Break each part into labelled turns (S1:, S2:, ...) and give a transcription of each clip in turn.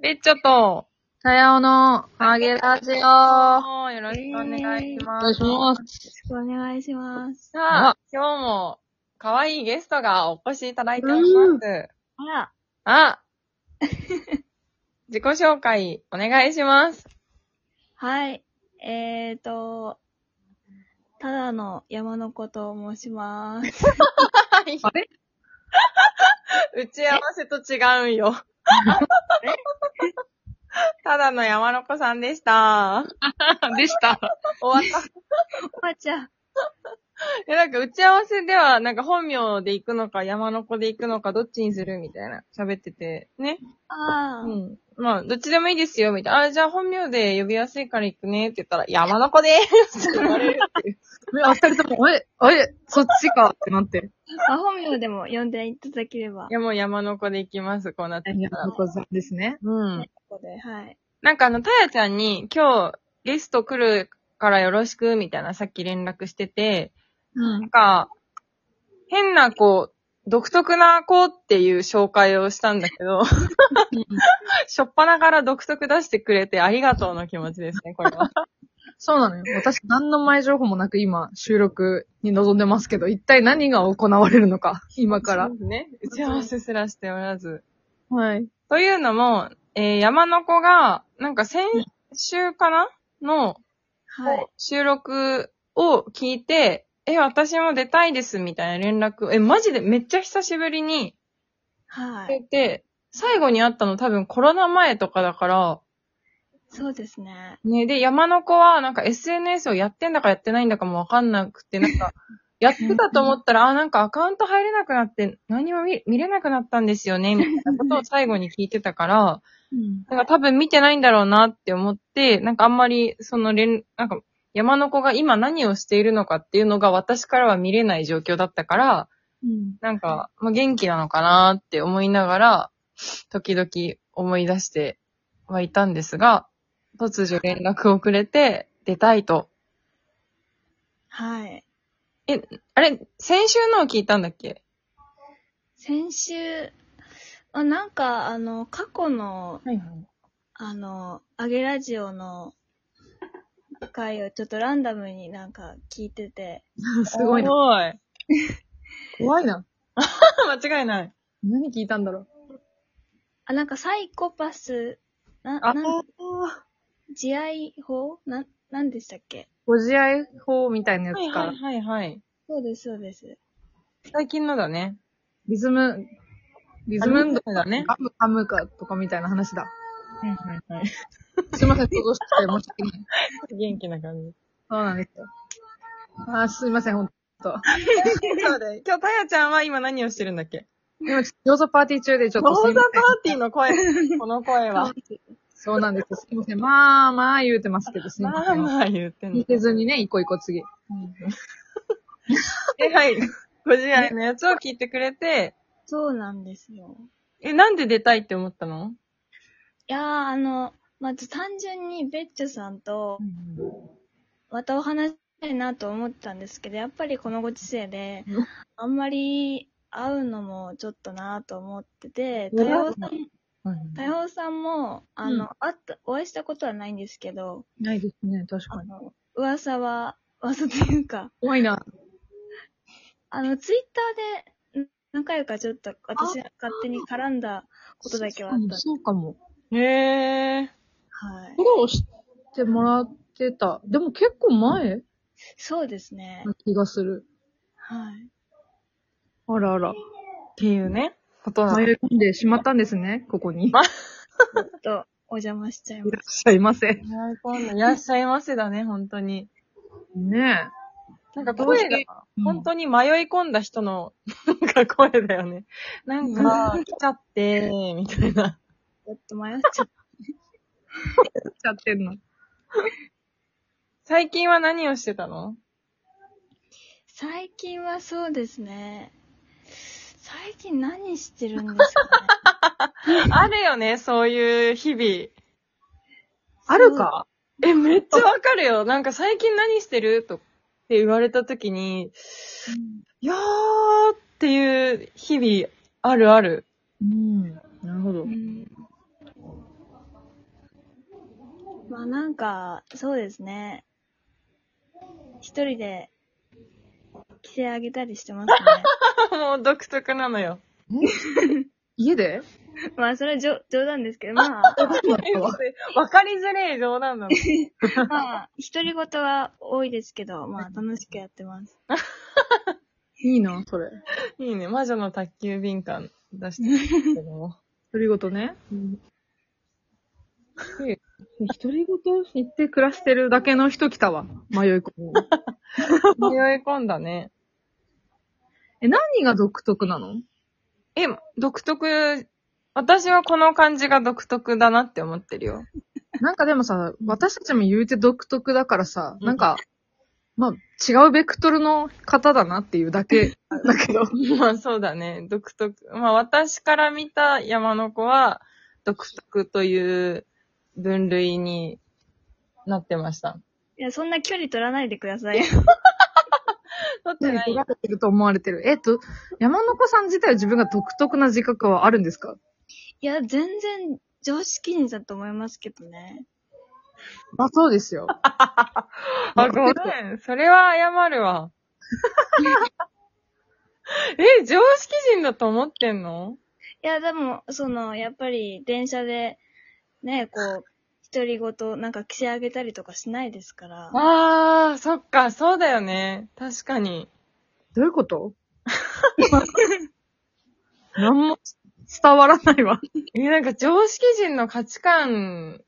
S1: レッチョと、
S2: さようの、あげラジオ。お
S1: よろしくお願いします。
S2: 願いします。
S3: お願いします。
S1: さあ、今日も、可愛いゲストがお越しいただいております。
S3: あら、
S1: あ 自己紹介、お願いします。
S3: はい。えーと、ただの山の子と申し ます。
S1: はい
S2: あれ。
S1: 打ち合わせと違うんよ。 ただの山の子さんでした。
S2: でした。
S1: 終わった。
S3: おばあちゃん。
S1: いや、なんか打ち合わせでは、なんか本名で行くのか山の子で行くのかどっちにするみたいな喋ってて、ね。
S3: あー、
S1: うん。まあ、どっちでもいいですよ、みたいな。あ、じゃあ本名で呼びやすいから行くね、って言ったら、山の子でーすって言われるっていう。
S2: え、あ、二人とも、え、あれ、そっちかってなって。
S3: まあ本名でも呼んでいただければ
S1: い。や、もう山の子で行きます、こうなってきたら。
S2: こさんですね。
S1: うん。
S3: ここで、はい。
S1: なんかあの、たやちゃんに、今日、ゲスト来るからよろしく、みたいな、さっき連絡してて、
S2: う
S1: なん。か、変な子、独特な子っていう紹介をしたんだけど、 しょっぱなから独特出してくれてありがとうの気持ちですね、これは。
S2: そうなのよ。私、何の前情報もなく今、収録に臨んでますけど、一体何が行われるのか、今から。
S1: ね。打ち合わせすらしておらず。
S2: はい。
S1: というのも、えー山の子が、なんか先週かなの
S3: はい。
S1: 収録を聞いて、え、私も出たいですみたいな連絡、え、マジでめっちゃ久しぶりに
S3: は
S1: くれ
S3: い。
S1: て、最後に会ったの多分コロナ前とかだから、
S3: そうですね。
S1: ね、で、山の子はなんか SNS をやってんだかやってないんだかもわかんなくて、なんか、やってたと思ったら、あ、なんかアカウント入れなくなって、何も見見れなくなったんですよね、みたいなことを最後に聞いてたから、
S2: うん。
S1: なんか多分見てないんだろうなって思って、なんかあんまり、その連、なんか、山の子が今何をしているのかっていうのが私からは見れない状況だったから、
S2: うん。
S1: なんか、まあ、元気なのかなって思いながら、時々思い出してはいたんですが、突如連絡をくれて、出たいと。
S3: はい。
S1: あれ、先週のを聞いたんだっけ
S3: 先週、あなんか、あの、過去の、
S1: はい
S3: あの、あげラジオの回をちょっとランダムになんか聞いてて、
S2: すごい
S1: す
S2: な。
S1: ごい。
S2: 怖いな。
S1: 間違いない。
S2: 何聞いたんだろ
S3: あ、なんかサイコパス、な、
S1: あ
S3: なん、慈愛法な、なんでしたっけ
S2: う。ご自愛法みたいなや
S1: はい
S2: つか
S1: は
S2: ら
S1: い、はいはい。
S3: そうです、そうです。
S1: 最近のだね。
S2: リズム、リズム運
S1: あ
S2: 動
S1: リズムだね
S2: ガム噛むかとかみたいな話だ。
S1: はいはいはい。
S2: すいません、想像してて申し訳ない。
S1: 元気な感じ。
S2: そうなんですよ。あー、すいません、ほんと。
S1: そうだよ今日、たやちゃんは今何をしてるんだっけ
S2: 今、ちょっと餃子パーティー中でちょっ
S1: ロ
S2: とす
S1: ー
S2: い
S1: ザ
S2: ま
S1: パ
S2: せん。
S1: ーティーの声、 この声は。
S2: そうなんですよ。すいません。まあまあ言うてますけど、すいま
S1: ま
S2: せ
S1: あ
S2: ん。
S1: まあ言ってん
S2: 聞
S1: の。
S2: けずにね、一個一個次。
S1: え、 はい。ご自愛のやつを聞いてくれて、
S3: そうなんですよ。
S1: え、なんで出たいって思ったの
S3: いやー、あの、まず単純にベッチョさんと、またお話したいなと思ったんですけど、やっぱりこのご時世で
S2: うん、
S3: あんまり会うのもちょっとなと思ってて、
S2: うん
S3: 多様さん、多
S1: う
S3: 様さんも、あ
S2: うん
S3: の、会った、お会いしたことはないんですけど、
S2: ないですね、確か
S3: あ
S2: に。
S3: の、噂は、噂というか、
S2: 怖いな。
S3: あの、ツイッターで、ん何回かちょっと私が勝手に絡んだことだけはあったんで。
S2: そうかも。
S1: ん。へえ。
S3: はい
S2: フォ。ローしてもらってた。でも結構前
S3: そうですね。
S2: な気がする。
S3: はい。
S2: あらあら。
S1: っていうね、ことな
S2: 迷
S1: の。い
S2: い込んでしまったんですね、ここに。い
S1: ま
S2: ら
S3: ちょっと、お邪魔しちゃいま
S2: っしゃいませ。
S1: らっしゃいませだね、本当に。
S2: ね
S1: なんか声が、
S2: え。
S1: 本当に迷い込んだ人の、なんか声だよね。なんか、来ちゃってー、みたいな。
S3: す。ちょっと迷っちゃっ
S2: 当ちゃってんの。
S1: 最近は何をしてた の
S3: た。最近はそうですね。最近何してるんですかね。
S1: あるよね、そういう日々。
S2: あるか
S1: え、めっちゃわかるよ。なんか最近何してるとって言われた時に、いやーっていう日々あるある。
S2: うん。なるほど
S3: う。ん。あ、なんか、そうですね。一人で、着せ上げたりしてます
S1: もう独特なのよ。
S2: 家で
S3: ね。 まあ、それは冗冗談ですけど、まあ、
S1: わかりづれえ冗談 なの。
S3: まあ、独り言は多いですけど、まあ、楽しくやってます。
S2: いいな、それ。
S1: いいね。魔女の宅急便感出してる けども。
S2: 独り言ね。独り言言って暮らしてるだけの人来たわ。迷い込 み。
S1: 迷い込んだね。
S2: え、何が独特なの
S1: え、独特、私はこの感じが独特だなって思ってるよ。
S2: なんかでもさ、私たちも言うて独特だからさ、
S1: うん
S2: なんか、まあ、違うベクトルの方だなっていうだけだけど。
S1: まあそうだね。独特。まあ私から見た山の子は、独特という分類になってました。
S3: いや、そんな距離取らないでください。
S1: 取って
S2: 取
S1: ない。
S2: られてると思われてる。えっと、山の子さん自体は自分が独特な自覚はあるんですか
S3: いや、全然常識人だと思いますけどね。
S2: まあ、そうです よ。
S1: あ、ごめん。それは謝る わ。え、常識人だと思ってんの
S3: いや、でも、その、やっぱり電車で、ね、こう、独り言、なんか着せ上げたりとかしないですから。
S1: あー、そっか、そうだよね。確かに。
S2: どういうこと なんも伝わらないわ。
S1: え、なんか常識人の価値観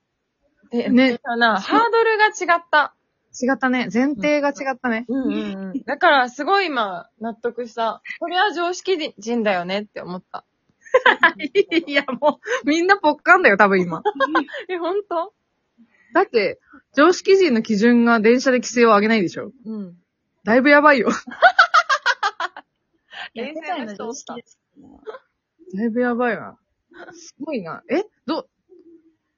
S1: で、
S2: ね
S1: かな、ハードルが違った。
S2: 違ったね。前提が違ったね。
S1: うんうんうん。 だから、すごい今、納得した。これは常識人だよねって思った。
S2: いや、もう、みんなぽっかんだよ、多分今。
S1: え、ほんと
S2: だって、常識人の基準が電車で規制を上げないでしょ。
S1: うん。
S2: だいぶやばいよ。
S3: いや
S1: 冷
S3: 世
S1: 静
S3: 界
S1: な
S3: の
S1: 人
S3: 常識ですから。
S2: だいぶやばいな。すごいな。え、ど、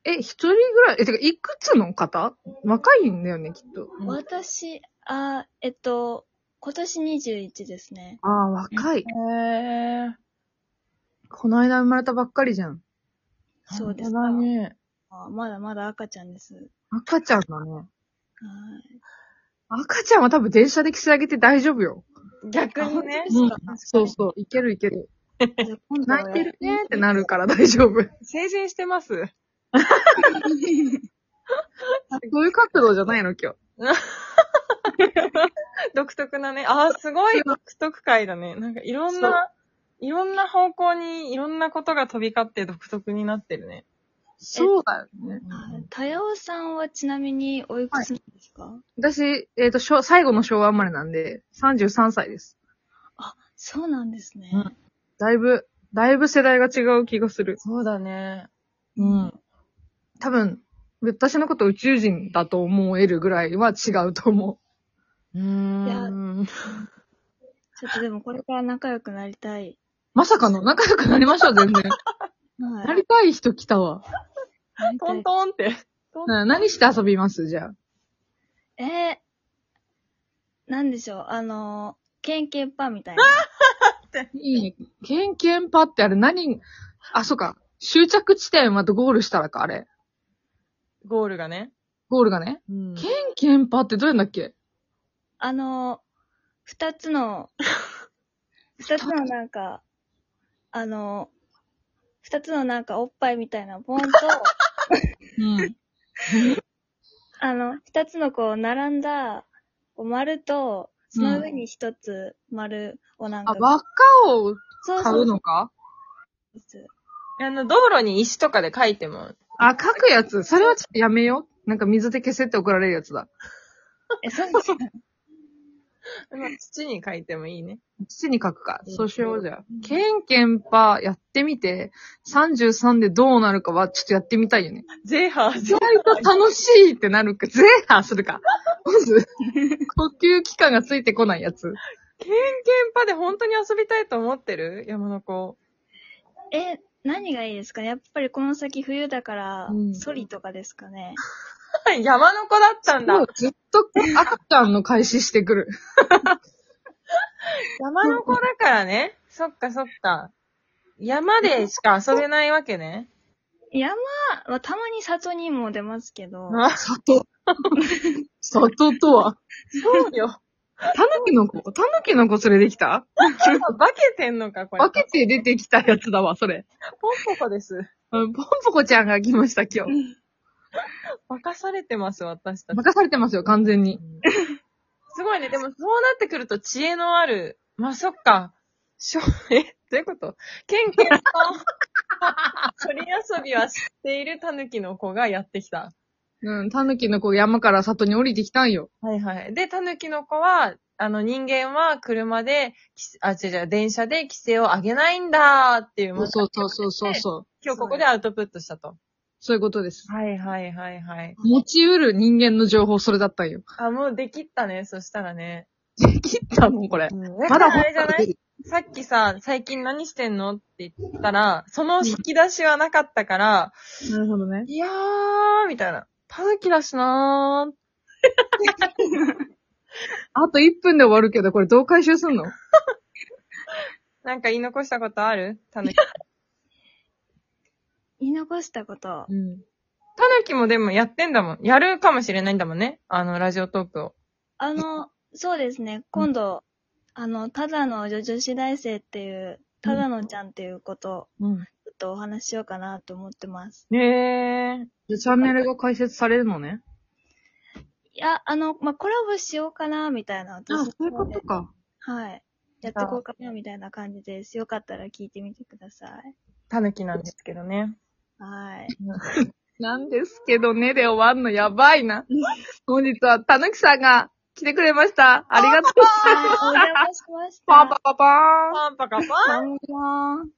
S2: え、一人ぐらい、え、てか、いくつの方若いんだよね、きっと。
S1: うん
S3: 私、あ、えっと、今年21ですね。
S2: ああ、若い。
S1: へー。
S2: この間生まれたばっかりじゃん。
S3: そうです
S1: 本当だね。
S3: あまだまだ赤ちゃんです。は
S2: 赤ちゃんだね。
S3: い
S2: 赤ちゃんは多分電車で着せ上げて大丈夫よ。
S1: 逆にね。
S2: うんそうそう、いけるいける。
S3: じゃあ今度は
S2: 泣いてるねーっ てなるから大丈夫。
S1: 成人して ます。
S2: そういう角度じゃないの、今日。
S1: 独特なね。あー、すごい独特会だね。なんかいろんな、いろんな方向にいろんなことが飛び交って独特になってるね。
S2: そうだよね。
S3: はいたやおさんはちなみにおいくつなんですか、
S2: 私、えっ、と、昭最後の昭和生まれなんで、33歳です。
S3: そうなんですね。
S2: うんだいぶ、だいぶ世代が違う気がする。
S1: そうだね。
S2: うん。多分、私のこと宇宙人だと思えるぐらいは違うと思
S1: うーん。
S3: ちょっとでもこれから仲良くなりたい。
S2: う。まさかの仲良くなりましょう、全 然。
S3: はい
S2: なりたい人来たわ。
S3: なりた
S1: トン
S3: い
S1: トンって。
S2: な何して遊びますじゃあ。
S3: えー、なんでしょう、あのー、ケンケンパみたいな。
S2: いいね。ケンケンパってあれ何、あ、そうか。終着地点またゴールしたらか、あれ。
S1: ゴールがね。
S2: ゴールがね。
S1: うん
S2: ケンケンパってどういうんだっけ
S3: あのー、二つの、二つのなんか、あのー、二つのなんかおっぱいみたいなボンと、
S2: うん。
S3: あの、二つのこう並んだこう丸と、その上に一つ丸をなんか、
S2: あ、輪っかを
S3: そう
S2: 買
S3: そううそ
S2: のか
S3: うです。
S1: あの、道路に石とかで書いても。
S2: あ、書くやつ。それはちょっとやめよう。なんか水で消せって怒られるやつだ。
S3: え、そうですか。
S1: まあ土に書いてもいいね。
S2: 父に書くか。
S1: うん
S2: そうしようじゃあ。ケンケンパやってみて、33でどうなるかはちょっとやってみたいよね。
S1: ゼーハー、ゼ
S2: 意外と楽しいってなるか、ゼーハーするか。まず、 呼吸器官がついてこないやつ。
S1: ンパで本当に遊びたいと思ってる山の子。
S3: え、何がいいですかねやっぱりこの先冬だから
S1: う、ん
S3: ソリとかですかね。
S1: 山の子だったんだ
S2: もう。ずっと赤ちゃんの開始してくる。
S1: 山の子だ からね。そっかそっか。山でしか遊べないわけね。
S3: 山はたまに里にも出ますけど、
S1: あ
S2: 里。里とは。
S1: そう よ。
S2: タヌキの子、タヌキの子連れてきた
S1: 化けてんのか、これ。
S2: 分けて出てきたやつだわ、それ。
S1: ポンポコです。
S2: うんポンポコちゃんが来ました、今日。
S1: 化かされてます、私たち。
S2: 任されてますよ、完全に。
S1: すごいね。でも、そうなってくると、知恵のある。まあ、そっか。しょ、 え、どういうことケンケンと、 鳥遊びは知っているタヌキの子がやってきた。
S2: うん、タヌキの子が山から里に降りてきたんよ。
S1: はいはい。で、タヌキの子は、あの、人間は車で、きあ、違う違う、電車で規制を上げないんだーっていう、
S2: そ
S1: ま
S2: う
S1: あ
S2: そうそうそうそうそう。
S1: 今日ここでアウトプットしたと。
S2: そういうことです。
S1: はいはいはいはい。
S2: 持ち得る人間の情報、それだったんよ。
S1: あ、もうできったね、そしたらね。
S2: 切ったもん、これ。
S1: ま
S2: ま
S1: だ
S2: だ
S1: あれじゃな
S2: 掘って
S1: い
S2: る
S1: さっきさ、最近何してんのって言ったら、その引き出しはなかったから、
S2: なるほどね。
S1: いやー、みたいな。タヌキだしなー。
S2: あと1分で終わるけど、これどう回収すんの
S1: なんか言い残したことあるタヌキ。
S3: 言い残したこと。
S2: うん。
S1: タヌキもでもやってんだもん。やるかもしれないんだもんね。あの、ラジオトークを。
S3: あの、そうですね、今度、あの、ただの女女子大生っていう、ただのちゃんっていうこと、
S1: うん。
S3: ちょっとお話ししようかなと思ってます。
S1: へえ。
S2: じゃあチャンネルが開設されるのね。
S3: いや、あの、まあ、コラボしようかな、みたいな、私の
S2: あ、
S3: 方
S2: そ
S3: で
S2: ういうことか。
S3: はい。やっていこうかな、みたいな感じです。よかったら聞いてみてください。
S1: タヌキなんですけどね。
S3: はい。
S2: なんですけどね、で終わんのやばいな。本日はたぬきさんが来てくれました。ありがとうござい
S3: はい、お
S2: ま
S3: 邪
S2: した。
S3: 魔しました。
S2: パンパカパーン。
S1: パンパカパン
S3: パンパン。